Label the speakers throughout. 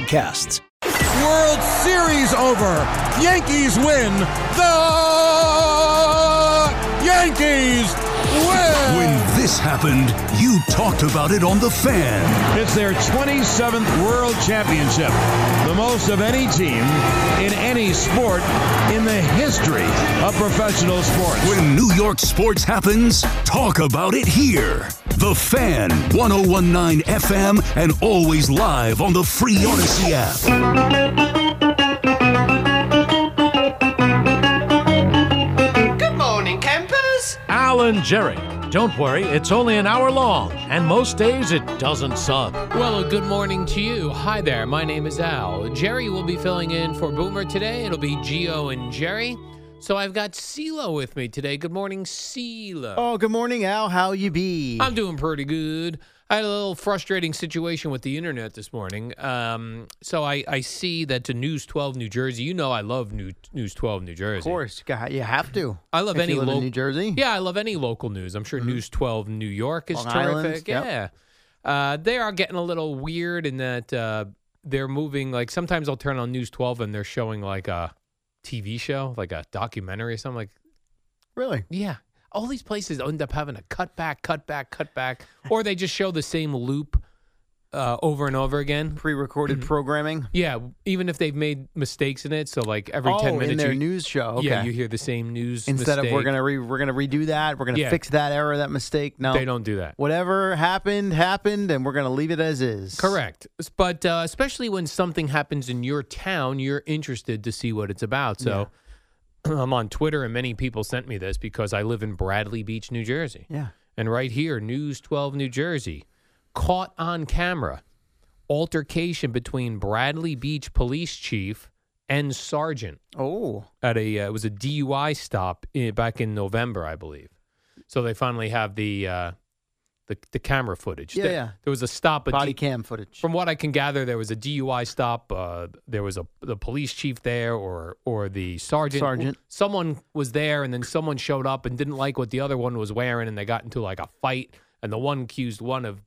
Speaker 1: World Series over. Yankees win. The Yankees win.
Speaker 2: When this happened, you talked about it on The Fan.
Speaker 1: It's their 27th World Championship, the most of any team in any sport in the history of professional sports.
Speaker 2: When New York sports happens, talk about it here. The Fan, 1019 FM, and always live on the free Odyssey app.
Speaker 3: Good morning, campers.
Speaker 4: Alan Jerry. Don't worry, it's only an hour long, and most days it doesn't suck.
Speaker 5: Well, good morning to you. Hi there. My name is Al. Jerry will be filling in for Boomer today. It'll be Geo and Jerry. So I've got CeeLo with me today. Good morning, CeeLo.
Speaker 6: Oh, good morning, Al. How you be?
Speaker 5: I'm doing pretty good. I had a little frustrating situation with the internet this morning. Um, so I, I see that to News 12 New Jersey, you know I love New, News 12 New Jersey.
Speaker 6: of course, God, you have to.
Speaker 5: I love
Speaker 6: If
Speaker 5: any
Speaker 6: you live in
Speaker 5: local
Speaker 6: New Jersey. Mm-hmm.
Speaker 5: Yeah, I love any local news. I'm sure News 12 New York is
Speaker 6: Long Island,
Speaker 5: terrific.
Speaker 6: yep.
Speaker 5: Yeah, uh, they are getting a little weird in that uh, they're moving. Like sometimes I'll turn on News 12 and they're showing like a TV show, like a documentary or something. Like
Speaker 6: Really?
Speaker 5: yeah, all these places end up having a cutback, cutback, cutback, or they just show the same loop uh, over and over again.
Speaker 6: Pre-recorded
Speaker 5: Mm-hmm.
Speaker 6: programming.
Speaker 5: Yeah, even if they've made mistakes in it. So like every
Speaker 6: oh,
Speaker 5: ten minutes,
Speaker 6: in their
Speaker 5: you,
Speaker 6: news show. Okay.
Speaker 5: yeah, you hear the same news
Speaker 6: Instead of we're
Speaker 5: mistake.
Speaker 6: gonna re- we're gonna redo that. We're gonna
Speaker 5: Yeah.
Speaker 6: fix that error, that mistake. No,
Speaker 5: they don't do that.
Speaker 6: Whatever happened happened, and we're gonna leave it as is.
Speaker 5: Correct. S- But uh, especially when something happens in your town, you're interested to see what it's about. So I'm on Twitter, and many people sent me this because I live in Bradley Beach, New Jersey.
Speaker 6: Yeah.
Speaker 5: And right here, News 12 New Jersey caught on camera altercation between Bradley Beach police chief and sergeant
Speaker 6: Oh,
Speaker 5: at a uh, it was a DUI stop in, back in November, I believe. So they finally have the uh, the, the camera footage.
Speaker 6: Yeah,
Speaker 5: there,
Speaker 6: yeah.
Speaker 5: there was a stop at
Speaker 6: body
Speaker 5: D-
Speaker 6: cam footage.
Speaker 5: from what I can gather, there was a DUI stop. Uh, there was a the police chief there, or or the sergeant.
Speaker 6: Sergeant.
Speaker 5: Someone was there, and then someone showed up and didn't like what the other one was wearing, and they got into like a fight. And the one accused one of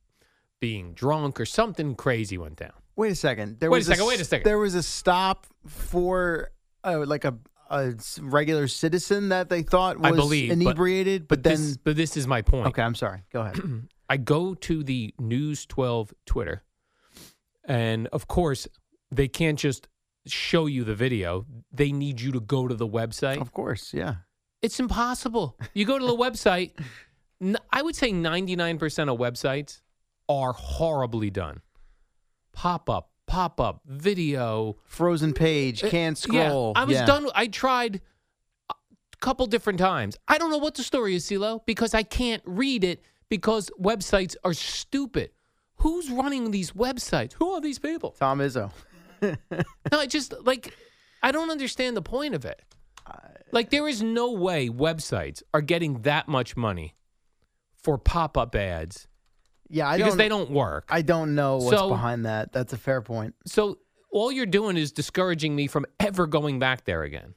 Speaker 5: being drunk or something crazy went down.
Speaker 6: Wait a second. There
Speaker 5: Wait a
Speaker 6: was
Speaker 5: second,
Speaker 6: s-
Speaker 5: wait a second.
Speaker 6: There was a stop for uh, like a, a s- regular citizen that they thought was
Speaker 5: I believe but-
Speaker 6: inebriated, but, then.
Speaker 5: this, but this is my point.
Speaker 6: okay, I'm sorry. Go ahead.
Speaker 5: I go to the News 12 Twitter, and of course, they can't just show you the video. They need you to go to the website.
Speaker 6: of course, yeah.
Speaker 5: It's impossible. You go to the website. n- I would say 99% of websites are horribly done. Pop up, pop up, video.
Speaker 6: Frozen page,
Speaker 5: Uh,
Speaker 6: can't
Speaker 5: yeah,
Speaker 6: scroll.
Speaker 5: I was
Speaker 6: Yeah.
Speaker 5: done. I tried a couple different times. I don't know what the story is, CeeLo, because I can't read it because websites are stupid. Who's running these websites? Who are these people?
Speaker 6: Tom Izzo.
Speaker 5: No, I just like I don't understand the point of it. Like there is no way websites are getting that much money for pop-up ads
Speaker 6: Yeah, I
Speaker 5: because
Speaker 6: don't.
Speaker 5: they don't work.
Speaker 6: I don't know what's
Speaker 5: So-
Speaker 6: behind that. That's a fair point.
Speaker 5: so all you're doing is discouraging me from ever going back there again.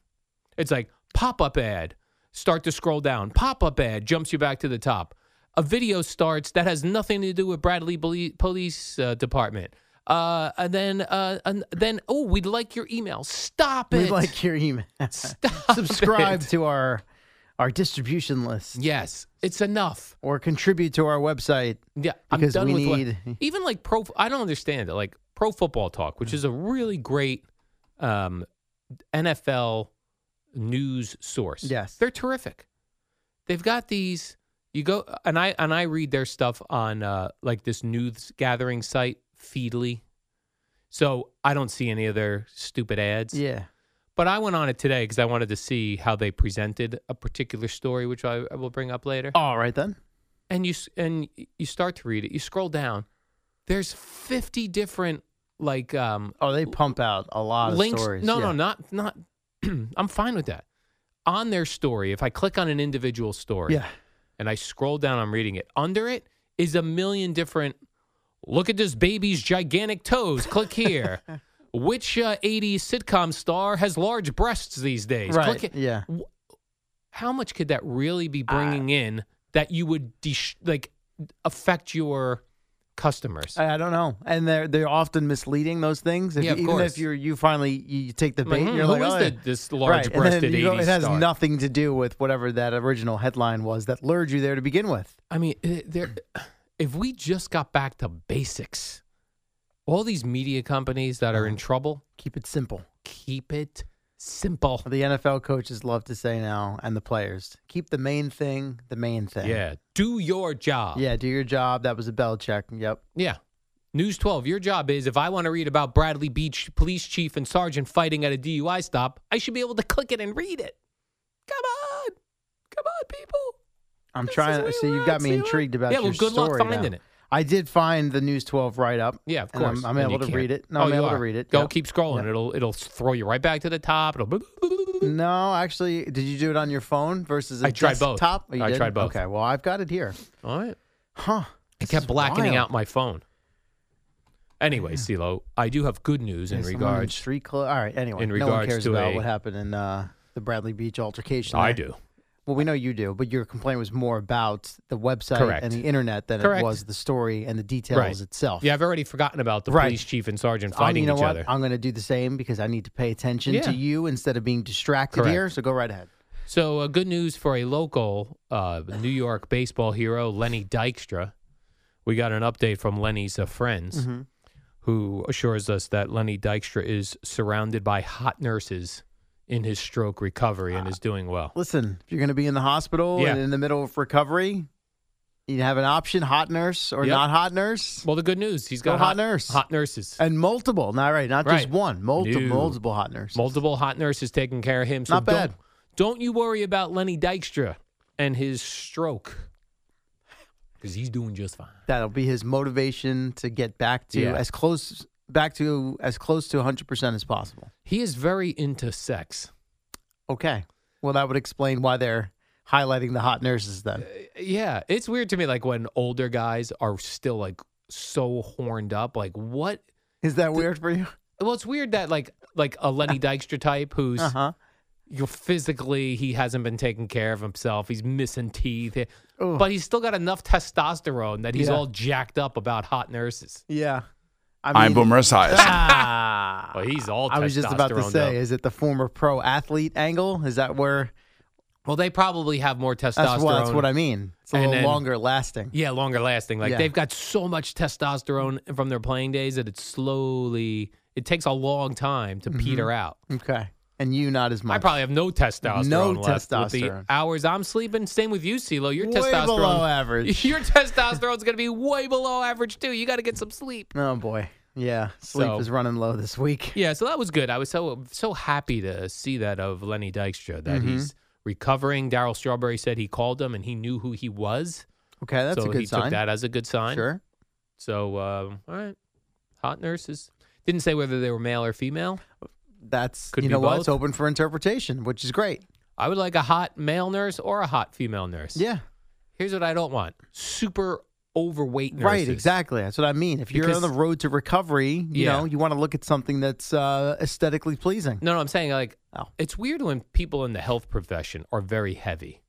Speaker 5: It's like pop-up ad, start to scroll down. Pop-up ad jumps you back to the top. A video starts that has nothing to do with Bradley Poli- Police uh, Department. Uh, and then, uh, and then, oh, we'd like your email. Stop it.
Speaker 6: We'd like your email.
Speaker 5: Stop
Speaker 6: Subscribe
Speaker 5: it.
Speaker 6: to our our distribution list
Speaker 5: Yes, it's enough.
Speaker 6: or contribute to our website.
Speaker 5: Yeah,
Speaker 6: Because
Speaker 5: I'm done
Speaker 6: we
Speaker 5: with
Speaker 6: need-
Speaker 5: what, even like pro. I don't understand it. Like pro football talk, which is a really great um, NFL news source.
Speaker 6: Yes.
Speaker 5: they're terrific. They've got these. You go and I and I read their stuff on uh, like this news gathering site Feedly, so I don't see any of their stupid ads.
Speaker 6: Yeah.
Speaker 5: But I went on it today because I wanted to see how they presented a particular story, which I, I will bring up later.
Speaker 6: All right then.
Speaker 5: And you s- and y- you start to read it. You scroll down. There's 50 different like um,
Speaker 6: Oh, they pump out a lot of
Speaker 5: links.
Speaker 6: stories.
Speaker 5: No, no,
Speaker 6: Yeah.
Speaker 5: not not. I'm fine with that. On their story, if I click on an individual story,
Speaker 6: Yeah.
Speaker 5: and I scroll down, I'm reading it. Under it is a million different. Look at this baby's gigantic toes. Click here. Which uh, 80s sitcom star has large breasts these days?
Speaker 6: Right.
Speaker 5: Click it.
Speaker 6: Yeah.
Speaker 5: How much could that really be bringing in that you would dish like affect your customers?
Speaker 6: I, I don't know, and they're they're often misleading those things. If
Speaker 5: Yeah,
Speaker 6: you-
Speaker 5: of
Speaker 6: even
Speaker 5: course.
Speaker 6: if you're you finally you you take the
Speaker 5: I'm like,
Speaker 6: bait,
Speaker 5: hmm,
Speaker 6: you're
Speaker 5: who
Speaker 6: like,
Speaker 5: is
Speaker 6: oh,
Speaker 5: the-
Speaker 6: yeah."
Speaker 5: this
Speaker 6: Right, and then
Speaker 5: large-breasted
Speaker 6: you go-
Speaker 5: 80s
Speaker 6: It has
Speaker 5: star?
Speaker 6: nothing to do with whatever that original headline was that lured you there to begin with.
Speaker 5: I mean, eh, there. If we just got back to basics, all these media companies that are in
Speaker 6: Uh-huh.
Speaker 5: trouble,
Speaker 6: Keep it simple.
Speaker 5: keep it simple.
Speaker 6: The NFL coaches love to say now, and the players keep the main thing the main thing.
Speaker 5: Yeah, do your job.
Speaker 6: yeah. Do your job. That was a Belichick. Yep.
Speaker 5: yeah. News 12, your job is if I want to read about Bradley Beach police chief and sergeant fighting at a DUI stop, I should be able to click it and read it. Come on. Come on, people.
Speaker 6: I'm
Speaker 5: This is
Speaker 6: trying.
Speaker 5: where
Speaker 6: to See,
Speaker 5: we're
Speaker 6: you've
Speaker 5: at.
Speaker 6: got me
Speaker 5: See, we're-
Speaker 6: intrigued about
Speaker 5: Yeah,
Speaker 6: your
Speaker 5: well, good luck
Speaker 6: story now.
Speaker 5: finding it.
Speaker 6: I did find the News 12 write up.
Speaker 5: Yeah, of
Speaker 6: and I'm-
Speaker 5: course.
Speaker 6: I'm,
Speaker 5: And you
Speaker 6: able to
Speaker 5: can't. Oh,
Speaker 6: read it. No, I'm
Speaker 5: you
Speaker 6: able to
Speaker 5: are.
Speaker 6: read it.
Speaker 5: Go
Speaker 6: Yep.
Speaker 5: keep scrolling. It'll it'll throw you right back to the top. It'll
Speaker 6: No, actually, did you do it on your phone versus a
Speaker 5: I tried both.
Speaker 6: desktop? Oh, you
Speaker 5: I
Speaker 6: did?
Speaker 5: tried both.
Speaker 6: Okay, well, I've got it here.
Speaker 5: All right.
Speaker 6: Huh.
Speaker 5: I
Speaker 6: This
Speaker 5: kept
Speaker 6: is
Speaker 5: blackening
Speaker 6: wild.
Speaker 5: out my phone. Anyway, CeeLo, I do have good news in
Speaker 6: Someone
Speaker 5: regards.
Speaker 6: street clo- All right, anyway,
Speaker 5: in
Speaker 6: no one
Speaker 5: regards
Speaker 6: cares
Speaker 5: to
Speaker 6: about
Speaker 5: a-
Speaker 6: what happened in uh, the Bradley Beach altercation.
Speaker 5: I
Speaker 6: there.
Speaker 5: do.
Speaker 6: Well, we know you do, but your complaint was more about the website
Speaker 5: Correct.
Speaker 6: and the internet than
Speaker 5: Correct.
Speaker 6: it was the story and the details
Speaker 5: Right.
Speaker 6: itself.
Speaker 5: Yeah, I've already forgotten about the
Speaker 6: Right.
Speaker 5: police chief and sergeant
Speaker 6: I'm-
Speaker 5: fighting
Speaker 6: you know
Speaker 5: each
Speaker 6: what?
Speaker 5: other.
Speaker 6: I'm going to do the same because I need to pay attention
Speaker 5: Yeah.
Speaker 6: to you instead of being distracted
Speaker 5: Correct.
Speaker 6: here. So go right ahead.
Speaker 5: So, uh, good news for a local uh, New York baseball hero, Lenny Dykstra. We got an update from Lenny's uh, friends,
Speaker 6: Mm-hmm.
Speaker 5: who assures us that Lenny Dykstra is surrounded by hot nurses in his stroke recovery and is doing well.
Speaker 6: Listen, if you're going to be in the hospital
Speaker 5: Yeah.
Speaker 6: and in the middle of recovery, you have an option: hot nurse or
Speaker 5: Yep.
Speaker 6: not hot nurse.
Speaker 5: Well, the good news he's
Speaker 6: Go
Speaker 5: got
Speaker 6: hot nurse.
Speaker 5: hot nurses,
Speaker 6: And multiple, not right, not just
Speaker 5: Right.
Speaker 6: one, multiple,
Speaker 5: No.
Speaker 6: multiple hot nurses.
Speaker 5: multiple hot nurses taking care of him. So
Speaker 6: Not bad.
Speaker 5: Don't, don't you worry about Lenny Dykstra and his stroke, because he's doing just fine.
Speaker 6: That'll be his motivation to get back to
Speaker 5: Yeah.
Speaker 6: as close back to as close to 100 percent as possible.
Speaker 5: He is very into sex.
Speaker 6: Okay, well that would explain why they're highlighting the hot nurses then.
Speaker 5: Yeah, it's weird to me like when older guys are still like so horned up like what
Speaker 6: Is that weird for you?
Speaker 5: well it's weird that like like a Lenny Dykstra type who's
Speaker 6: Uh huh.
Speaker 5: you know, physically he hasn't been taking care of himself he's missing teeth but he's still got enough testosterone that he's
Speaker 6: Yeah.
Speaker 5: all jacked up about hot nurses
Speaker 6: Yeah.
Speaker 7: I'm
Speaker 6: mean-
Speaker 7: Boomer Esiason.
Speaker 6: Ah.
Speaker 5: well he's all
Speaker 6: I was just about to
Speaker 5: testosteroned
Speaker 6: say,
Speaker 5: up.
Speaker 6: is it the former pro athlete angle? Is that where?
Speaker 5: well they probably have more testosterone
Speaker 6: That's what, that's what I mean. It's a
Speaker 5: And
Speaker 6: little
Speaker 5: then-
Speaker 6: longer lasting.
Speaker 5: yeah longer lasting like
Speaker 6: Yeah.
Speaker 5: they've got so much testosterone from their playing days that it slowly it takes a long time to peter out
Speaker 6: Okay, and you not as Mm-hmm. much.
Speaker 5: I probably have no testosterone.
Speaker 6: No
Speaker 5: left With the
Speaker 6: testosterone.
Speaker 5: hours I'm sleeping, same with you, CeeLo. Your
Speaker 6: Way
Speaker 5: testosterone
Speaker 6: below average.
Speaker 5: Your testosterone's going to be way below average too. You got to get some sleep.
Speaker 6: Oh boy, yeah. Sleep
Speaker 5: So-
Speaker 6: is running low this week.
Speaker 5: Yeah, so that was good. I was so so happy to see that of Lenny Dykstra that
Speaker 6: Mm-hmm.
Speaker 5: he's recovering. Daryl Strawberry said he called him and he knew who he was.
Speaker 6: Okay, that's
Speaker 5: so
Speaker 6: a good
Speaker 5: he
Speaker 6: sign.
Speaker 5: took that as a good sign.
Speaker 6: Sure.
Speaker 5: So um, all right, hot nurses didn't say whether they were male or female.
Speaker 6: That's
Speaker 5: Could
Speaker 6: you
Speaker 5: be
Speaker 6: know what? It's
Speaker 5: both.
Speaker 6: open for interpretation, which is great.
Speaker 5: I would like a hot male nurse or a hot female nurse.
Speaker 6: Yeah.
Speaker 5: Here's what I don't want: super overweight nurses.
Speaker 6: Right, exactly. That's what I mean. If you're
Speaker 5: Because-
Speaker 6: on the road to recovery, you
Speaker 5: Yeah.
Speaker 6: know, you want to look at something that's uh, aesthetically pleasing.
Speaker 5: No, no, I'm saying like
Speaker 6: Oh.
Speaker 5: it's weird when people in the health profession are very heavy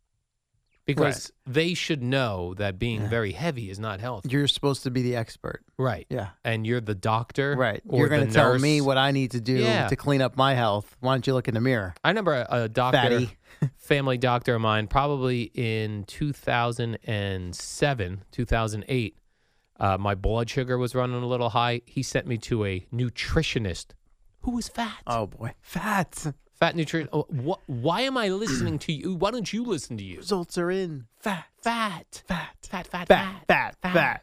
Speaker 5: because they should know that being very heavy is not healthy.
Speaker 6: You're supposed to be the expert.
Speaker 5: right.
Speaker 6: Yeah.
Speaker 5: And you're the doctor.
Speaker 6: Right.
Speaker 5: Or
Speaker 6: you're going
Speaker 5: the
Speaker 6: to tell
Speaker 5: nurse.
Speaker 6: me what I need to do
Speaker 5: Yeah.
Speaker 6: to clean up my health. Why don't you look in the mirror?
Speaker 5: I remember a, a doctor,
Speaker 6: Fatty.
Speaker 5: family doctor of mine, probably in 2007, 2008. Uh, my blood sugar was running a little high. He sent me to a nutritionist who was fat.
Speaker 6: Oh boy, fat
Speaker 5: Fat nutrition. Oh, wh- why am I listening to you? Why don't you listen to you?
Speaker 6: results are in. Fat,
Speaker 5: Fat.
Speaker 6: fat,
Speaker 5: Fat, fat,
Speaker 6: fat, fat, fat.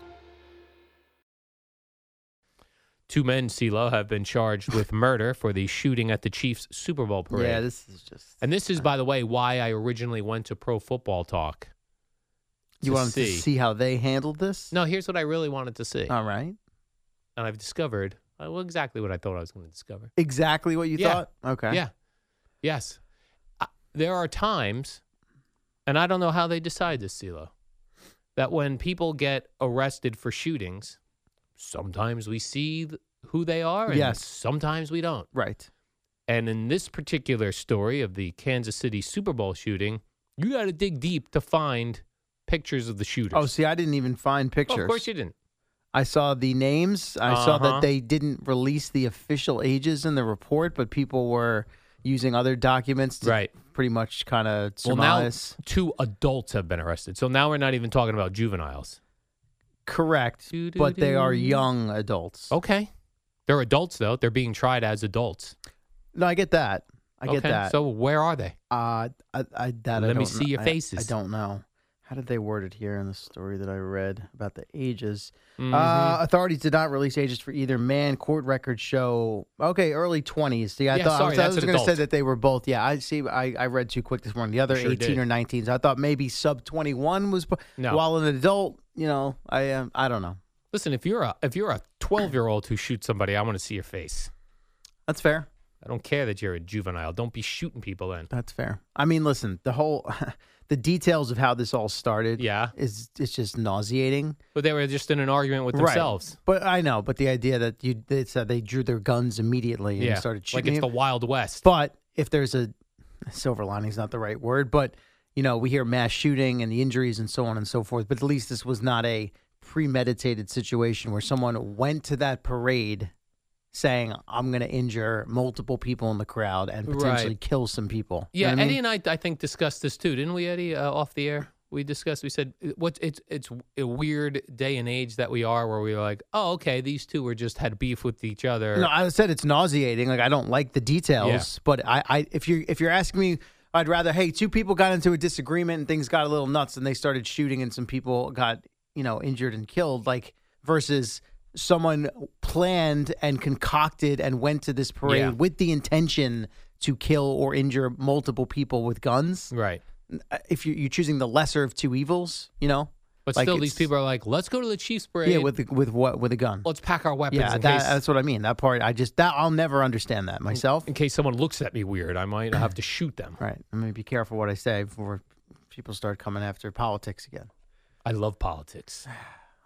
Speaker 5: Two men, CeeLo, have been charged with murder for the shooting at the Chiefs Super Bowl parade.
Speaker 6: Yeah, this is just.
Speaker 5: and this is, by the way, why I originally went to Pro Football Talk.
Speaker 6: You
Speaker 5: to
Speaker 6: want to
Speaker 5: see.
Speaker 6: see how they handled this?
Speaker 5: No, here's what I really wanted to see.
Speaker 6: All right.
Speaker 5: and I've discovered uh, well, exactly what I thought I was going to discover.
Speaker 6: Exactly what you
Speaker 5: Yeah.
Speaker 6: thought. Okay.
Speaker 5: Yeah. Yes. I, there are times, and I don't know how they decide this, CeeLo, that when people get arrested for shootings, sometimes we see th- who they are, and
Speaker 6: Yes.
Speaker 5: sometimes we don't.
Speaker 6: Right.
Speaker 5: And in this particular story of the Kansas City Super Bowl shooting, you got to dig deep to find pictures of the shooters.
Speaker 6: Oh, see, I didn't even find
Speaker 5: Well,
Speaker 6: pictures.
Speaker 5: of course you didn't.
Speaker 6: I saw the names. I saw
Speaker 5: Uh-huh.
Speaker 6: that they didn't release the official ages in the report, but people were using other documents to
Speaker 5: Right.
Speaker 6: pretty much kind of
Speaker 5: Well,
Speaker 6: surmise.
Speaker 5: now two adults have been arrested. So now we're not even talking about juveniles.
Speaker 6: Correct,
Speaker 5: Doo-doo-doo.
Speaker 6: but they are young adults.
Speaker 5: Okay. They're adults, though. They're being tried as adults.
Speaker 6: No, I get that. I get
Speaker 5: okay.
Speaker 6: that.
Speaker 5: So where are they?
Speaker 6: uh, I, I, that
Speaker 5: Let
Speaker 6: I
Speaker 5: me
Speaker 6: don't
Speaker 5: see
Speaker 6: kn-
Speaker 5: your
Speaker 6: I- I,
Speaker 5: faces.
Speaker 6: don't know. How did they word it here in the story that I read about the ages?
Speaker 5: Mhm.
Speaker 6: Uh, authorities did not release ages for either man. Court records show okay, early twenties. Yeah, I
Speaker 5: Yeah,
Speaker 6: thought
Speaker 5: sorry,
Speaker 6: I was,
Speaker 5: that's an
Speaker 6: going to say
Speaker 5: adult.
Speaker 6: that they were both. Yeah, I see. I, I read too quick this morning. The other
Speaker 5: Sure
Speaker 6: eighteen
Speaker 5: did.
Speaker 6: or nineteen. So I thought maybe sub twenty one was.
Speaker 5: No.
Speaker 6: While an adult, you know, I um, I don't know.
Speaker 5: Listen, if you're a if you're a 12 year old who shoots somebody, I want to see your face.
Speaker 6: That's fair.
Speaker 5: I don't care that you're a juvenile. Don't be shooting people then.
Speaker 6: That's fair. I mean, listen, the whole the details of how this all started
Speaker 5: Yeah.
Speaker 6: is it's just nauseating.
Speaker 5: But they were just in an argument with themselves.
Speaker 6: But I know, but the idea that you they said they drew their guns immediately and
Speaker 5: Yeah.
Speaker 6: started
Speaker 5: like
Speaker 6: shooting.
Speaker 5: it's the Wild West.
Speaker 6: but if there's a silver lining's not the right word, but you know, we hear mass shooting and the injuries and so on and so forth, but at least this was not a premeditated situation where someone went to that parade saying I'm going to injure multiple people in the crowd and
Speaker 5: Right.
Speaker 6: potentially kill some people. You
Speaker 5: yeah,
Speaker 6: know what I
Speaker 5: Eddie
Speaker 6: mean?
Speaker 5: and I I think discussed this too, didn't we, Eddie? Uh, off the air, we discussed. We said "It- what it's it's a weird day and age that we are, where we were like, oh, okay, these two were just had beef with each other.
Speaker 6: No, I said it's nauseating. Like I don't like the details, but I, I if you if you're asking me, I'd rather hey, two people got into a disagreement and things got a little nuts and they started shooting and some people got you know injured and killed. Like versus someone planned and concocted and went to this parade
Speaker 5: Yeah.
Speaker 6: with the intention to kill or injure multiple people with guns.
Speaker 5: right.
Speaker 6: Uh, If you're, you're choosing the lesser of two evils, you know.
Speaker 5: But
Speaker 6: Like,
Speaker 5: still, these
Speaker 6: it's-
Speaker 5: people are like, let's go to the Chiefs parade.
Speaker 6: Yeah, with the, with what with a gun.
Speaker 5: let's pack our weapons.
Speaker 6: yeah,
Speaker 5: in,
Speaker 6: that,
Speaker 5: case,
Speaker 6: that's what I mean. That part, I just that I'll never understand that myself.
Speaker 5: in case someone looks at me weird, I might have to shoot them.
Speaker 6: Right. I'm going to be careful what I say before people start coming after politics again.
Speaker 5: I love politics.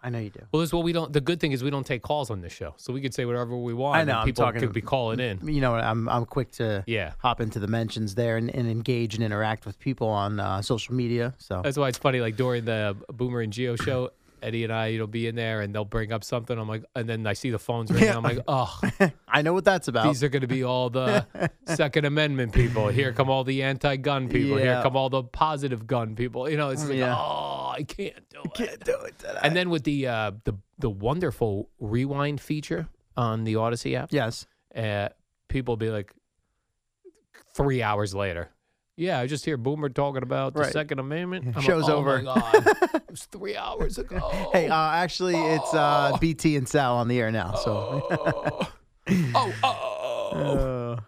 Speaker 6: I know you do.
Speaker 5: Well, this is what we don't. The good thing is we don't take calls on this show, so we can say whatever we want.
Speaker 6: I know,
Speaker 5: and
Speaker 6: I'm
Speaker 5: people
Speaker 6: talking-
Speaker 5: could be calling in.
Speaker 6: You know, I'm I'm quick to
Speaker 5: Yeah.
Speaker 6: hop into the mentions there and, and engage and interact with people on uh, social media. So
Speaker 5: That's why it's funny. Like during the Boomer and Geo show, Eddie and I, you know, be in there, and they'll bring up something. I'm like, and then I see the phones ringing. I'm like, oh,
Speaker 6: I know what that's about.
Speaker 5: these are going to be all the Second Amendment people. Here come all the anti-gun people. Here
Speaker 6: Yeah.
Speaker 5: come all the positive gun people. You know, it's like,
Speaker 6: Yeah.
Speaker 5: oh, I can't do it.
Speaker 6: do it today.
Speaker 5: And then with the uh, the the wonderful rewind feature on the Odyssey app,
Speaker 6: yes.
Speaker 5: uh, people be like three hours later. Yeah, I just hear Boomer talking about the
Speaker 6: Right.
Speaker 5: Second Amendment. like,
Speaker 6: Show's
Speaker 5: "Oh my
Speaker 6: over."
Speaker 5: God, it was three hours ago.
Speaker 6: Hey, uh, actually, it's uh, BT and Sal on the air now. So.
Speaker 5: oh, oh,
Speaker 6: Uh,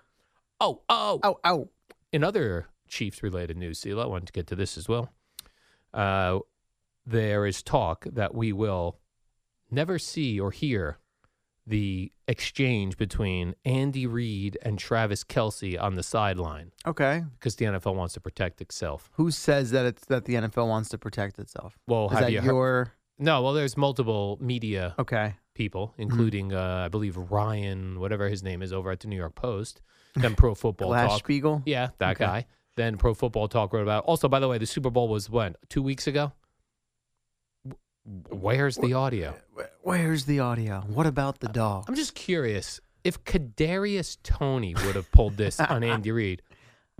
Speaker 5: oh, oh,
Speaker 6: ow, ow.
Speaker 5: In other Chiefs-related news, Seal, I wanted to get to this as well. Uh, there is talk that we will never see or hear the exchange between Andy Reid and Travis Kelsey on the sideline
Speaker 6: Okay.
Speaker 5: because the NFL wants to protect itself.
Speaker 6: Who says that it's that the NFL wants to protect itself?
Speaker 5: Well,
Speaker 6: Is
Speaker 5: have
Speaker 6: that
Speaker 5: you heard-
Speaker 6: your
Speaker 5: No, well, there's multiple media
Speaker 6: okay?
Speaker 5: people,
Speaker 6: Mm-hmm.
Speaker 5: including uh, I believe Ryan, whatever his name is, over at the New York Post. Then Pro Football
Speaker 6: Glass
Speaker 5: Talk,
Speaker 6: Spiegel.
Speaker 5: yeah, that guy. Then Pro Football Talk wrote about. Also, by the way, the Super Bowl was when two weeks ago. W- Where's the audio?
Speaker 6: Where's the audio? What about the dog?
Speaker 5: I'm just curious if Kadarius Tony would have pulled this on Andy Reid,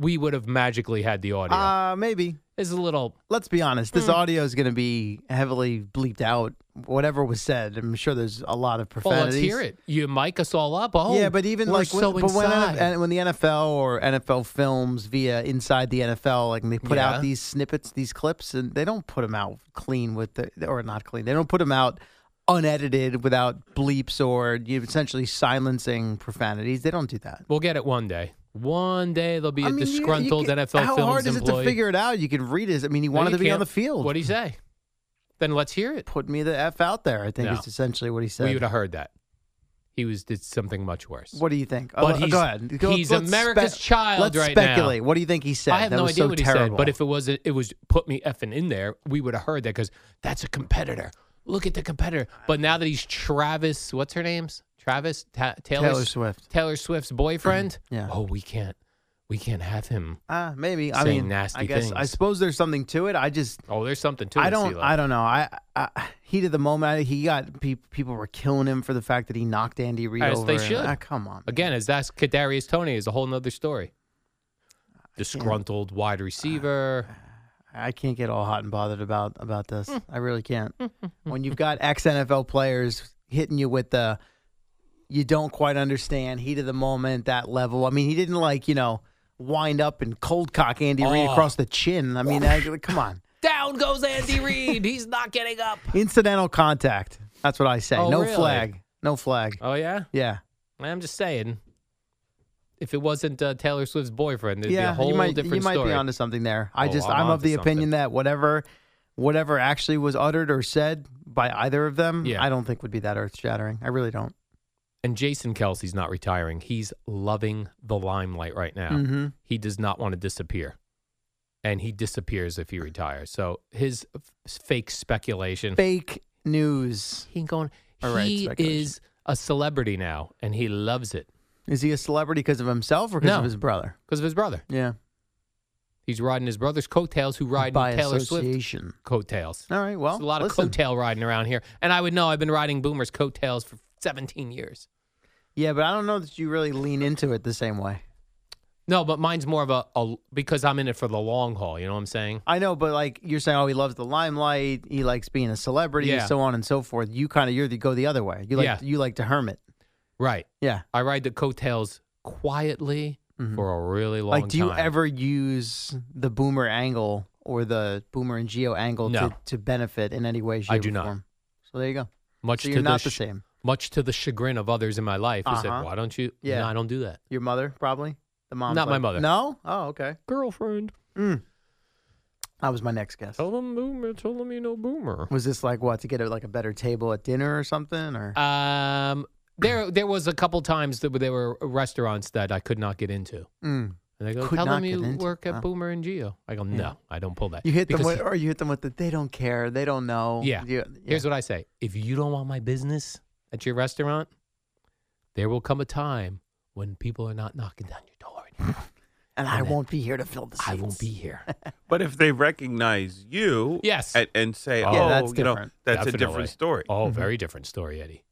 Speaker 5: we would have magically had the audio.
Speaker 6: Uh, maybe.
Speaker 5: It's a little.
Speaker 6: Let's be honest. This audio is going to be heavily bleeped out. Whatever was said, I'm sure there's a lot of
Speaker 5: well,
Speaker 6: profanities.
Speaker 5: oh, let's hear it. You mic us all up. Oh,
Speaker 6: yeah, but even
Speaker 5: we're
Speaker 6: like when,
Speaker 5: so
Speaker 6: but when, uh,
Speaker 5: inside.
Speaker 6: and when the NFL or NFL films via Inside the NFL, like and they put
Speaker 5: Yeah.
Speaker 6: out these snippets, these clips, and they don't put them out clean with the or not clean. They don't put them out unedited without bleeps or you know, essentially silencing profanities. They don't do that.
Speaker 5: we'll get it one day. One day there'll be a
Speaker 6: I mean, you- you
Speaker 5: disgruntled
Speaker 6: can-
Speaker 5: NFL
Speaker 6: How
Speaker 5: films
Speaker 6: hard is
Speaker 5: employee.
Speaker 6: it to figure it out? You can read it. I mean, he
Speaker 5: No,
Speaker 6: wanted
Speaker 5: you
Speaker 6: to be on
Speaker 5: can't.
Speaker 6: the field.
Speaker 5: What'd he say? Then let's hear it.
Speaker 6: Put me the f out there. I think
Speaker 5: No.
Speaker 6: is essentially what he said.
Speaker 5: We would have heard that. He was did something much worse.
Speaker 6: What do you think?
Speaker 5: But
Speaker 6: Uh,
Speaker 5: he's-
Speaker 6: go ahead. Go-
Speaker 5: he's
Speaker 6: let's spe-
Speaker 5: America's child
Speaker 6: let's
Speaker 5: right now.
Speaker 6: speculate. What do you think he said?
Speaker 5: I have
Speaker 6: that
Speaker 5: no
Speaker 6: was
Speaker 5: idea
Speaker 6: so
Speaker 5: what
Speaker 6: terrible.
Speaker 5: he said, but if it was it was put me effing in there, we would have heard that because that's a competitor. Look at the competitor. But now that he's Travis, what's her name's Travis Ta- Taylor,
Speaker 6: Taylor Swift.
Speaker 5: Taylor Swift's boyfriend.
Speaker 6: Yeah.
Speaker 5: Oh, we can't, we can't have him.
Speaker 6: Ah, maybe. I
Speaker 5: saying
Speaker 6: mean,
Speaker 5: nasty
Speaker 6: I guess I
Speaker 5: things.
Speaker 6: suppose there's something to it. I just
Speaker 5: Oh, there's something to it.
Speaker 6: I don't
Speaker 5: Cee-Lo.
Speaker 6: I don't know. I, I heat of the moment. I- He got pe- people were killing him for the fact that he knocked Andy Reid
Speaker 5: As
Speaker 6: over.
Speaker 5: they
Speaker 6: and-
Speaker 5: should.
Speaker 6: ah, come on.
Speaker 5: Again, as that's Kadarius Tony is a whole nother story. Disgruntled wide receiver.
Speaker 6: I can't get all hot and bothered about about this.
Speaker 5: Hmm.
Speaker 6: I really can't. when you've got ex NFL players hitting you with the you don't quite understand heat of the moment that level. I mean, he didn't like you know wind up and cold cock Andy Reid
Speaker 5: Oh.
Speaker 6: across the chin. I mean, I, come on,
Speaker 5: Down goes Andy Reid. He's not getting up.
Speaker 6: incidental contact. That's what I say.
Speaker 5: Oh,
Speaker 6: no
Speaker 5: really?
Speaker 6: flag. No flag.
Speaker 5: Oh yeah.
Speaker 6: Yeah.
Speaker 5: I'm just saying, if it wasn't uh, Taylor Swift's boyfriend, there'd be
Speaker 6: yeah,
Speaker 5: a whole
Speaker 6: you might,
Speaker 5: different
Speaker 6: you might
Speaker 5: story.
Speaker 6: be onto something there. I
Speaker 5: Oh,
Speaker 6: just
Speaker 5: I'm
Speaker 6: I'm, of
Speaker 5: onto
Speaker 6: the opinion
Speaker 5: something.
Speaker 6: that whatever whatever actually was uttered or said by either of them,
Speaker 5: Yeah.
Speaker 6: I don't think would be that earth shattering. I really don't.
Speaker 5: and Jason Kelsey's not retiring. He's loving the limelight right now.
Speaker 6: Mhm.
Speaker 5: He does not want to disappear, and he disappears if he retires. So his f- fake speculation.
Speaker 6: Fake news.
Speaker 5: He ain't going.
Speaker 6: All right,
Speaker 5: he
Speaker 6: speculation.
Speaker 5: is a celebrity now, and he loves it
Speaker 6: Is he a celebrity because of himself or because
Speaker 5: No.
Speaker 6: of his brother?
Speaker 5: because of his brother.
Speaker 6: Yeah.
Speaker 5: He's riding his brother's coattails, who ride
Speaker 6: By
Speaker 5: Taylor Swift
Speaker 6: association.
Speaker 5: coattails.
Speaker 6: All right. Well,
Speaker 5: There's a lot
Speaker 6: listen.
Speaker 5: of coattail riding around here, and I would know. I've been riding Boomer's coattails for 17 years.
Speaker 6: Yeah, but I don't know that you really lean into it the same way.
Speaker 5: No, but mine's more of a, a because I'm in it for the long haul. You know what I'm saying?
Speaker 6: I know, but like you're saying, oh, he loves the limelight. He likes being a celebrity,
Speaker 5: Yeah.
Speaker 6: so on and so forth. You kind of you're the go the other way. You like
Speaker 5: Yeah.
Speaker 6: you like to hermit.
Speaker 5: Right.
Speaker 6: Yeah.
Speaker 5: I ride the coattails quietly for a really long time.
Speaker 6: Mm-hmm. like, do you ever use the boomer angle or the boomer and geo angle
Speaker 5: No.
Speaker 6: to, to benefit in any way, shape,
Speaker 5: I do
Speaker 6: or
Speaker 5: not.
Speaker 6: form? So there you go.
Speaker 5: Much
Speaker 6: so
Speaker 5: to
Speaker 6: you're not
Speaker 5: sh-
Speaker 6: the same.
Speaker 5: Much to the chagrin of others in my life, who said,
Speaker 6: Uh-huh.
Speaker 5: "Why don't you?"
Speaker 6: Yeah.
Speaker 5: No, I don't do that.
Speaker 6: Your mother probably. The mom.
Speaker 5: Not my mother.
Speaker 6: No. Oh, okay.
Speaker 5: Girlfriend,
Speaker 6: That was my next guess.
Speaker 5: tell them Boomer. Tell them you know Boomer.
Speaker 6: Was this like what to get a, like a better table at dinner or something? Or
Speaker 5: Um, there, there was a couple times that there were restaurants that I could not get into,
Speaker 6: Mm.
Speaker 5: and they go,
Speaker 6: Could
Speaker 5: "Tell
Speaker 6: not
Speaker 5: them
Speaker 6: get
Speaker 5: you
Speaker 6: into-
Speaker 5: work at
Speaker 6: oh.
Speaker 5: Boomer and Geo." I go, "No, I don't pull that."
Speaker 6: you hit them
Speaker 5: Because
Speaker 6: with, oh,
Speaker 5: he-
Speaker 6: or you hit them with the they don't care, they don't know.
Speaker 5: Yeah.
Speaker 6: You-
Speaker 5: Here's what I say if you don't want my business at your restaurant, there will come a time when people are not knocking down your door. anymore.
Speaker 6: and I won't be here to fill the seats.
Speaker 5: I won't be here.
Speaker 8: But if they recognize you
Speaker 5: Yes.
Speaker 8: and, and say,
Speaker 5: Yeah,
Speaker 8: oh,
Speaker 6: that's
Speaker 8: you know,
Speaker 6: different.
Speaker 8: that's a
Speaker 5: Definitely.
Speaker 8: different story.
Speaker 5: Oh,
Speaker 6: Mm-hmm.
Speaker 5: very different story, Eddie.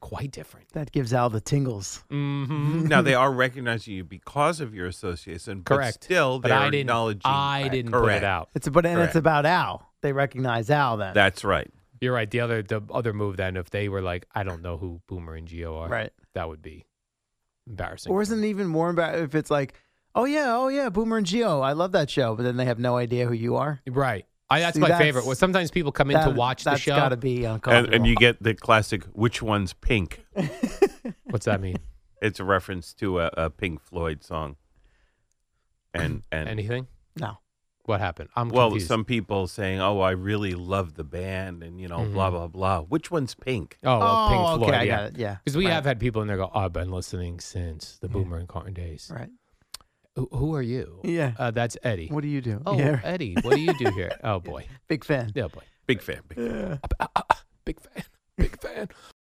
Speaker 5: Quite different.
Speaker 6: That gives Al the tingles.
Speaker 5: Mm-hmm.
Speaker 8: Now, they are recognizing you because of your association,
Speaker 5: Correct.
Speaker 8: but still
Speaker 5: But
Speaker 8: they're
Speaker 5: I didn't,
Speaker 8: acknowledging
Speaker 5: I didn't put
Speaker 8: Correct.
Speaker 5: it out.
Speaker 6: It's but and it's
Speaker 8: Correct.
Speaker 6: about Al. They recognize Al then.
Speaker 8: That's right.
Speaker 5: You're right. The other the other move then, if they were like, I don't know who Boomer and Geo are,
Speaker 6: Right.
Speaker 5: that would be embarrassing.
Speaker 6: Or isn't it even more about if it's like, oh yeah, oh yeah, Boomer and Geo, I love that show, but then they have no idea who you are.
Speaker 5: Right. I, that's
Speaker 6: See,
Speaker 5: my
Speaker 6: that's-
Speaker 5: favorite. Well, sometimes people come in to
Speaker 6: That-
Speaker 5: watch the
Speaker 6: that's
Speaker 5: show.
Speaker 6: gotta be uncomfortable.
Speaker 8: And, and you get the classic, which one's pink?
Speaker 5: What's that mean?
Speaker 8: It's a reference to a, a Pink Floyd song. And, and,
Speaker 5: Anything?
Speaker 6: no.
Speaker 5: What happened? I'm
Speaker 8: well,
Speaker 5: confused.
Speaker 8: some people saying, oh, I really love the band and, you know, blah, blah, blah. Which one's pink?
Speaker 5: Mm-hmm. Oh, well,
Speaker 6: Oh,
Speaker 5: Pink Floyd.
Speaker 6: okay, I
Speaker 5: yeah.
Speaker 6: got it. Yeah.
Speaker 5: Because we
Speaker 6: Right.
Speaker 5: have had people in there go, oh, I've been listening since the Boomer and Carton days.
Speaker 6: Right.
Speaker 5: Who, who are you?
Speaker 6: Yeah.
Speaker 5: Uh, that's Eddie.
Speaker 6: What do you do?
Speaker 5: oh,
Speaker 6: Yeah.
Speaker 5: Eddie, what do you do here? Oh, boy.
Speaker 6: Big fan.
Speaker 5: Yeah, boy.
Speaker 8: Big fan. Big fan.
Speaker 5: Big fan. Big fan.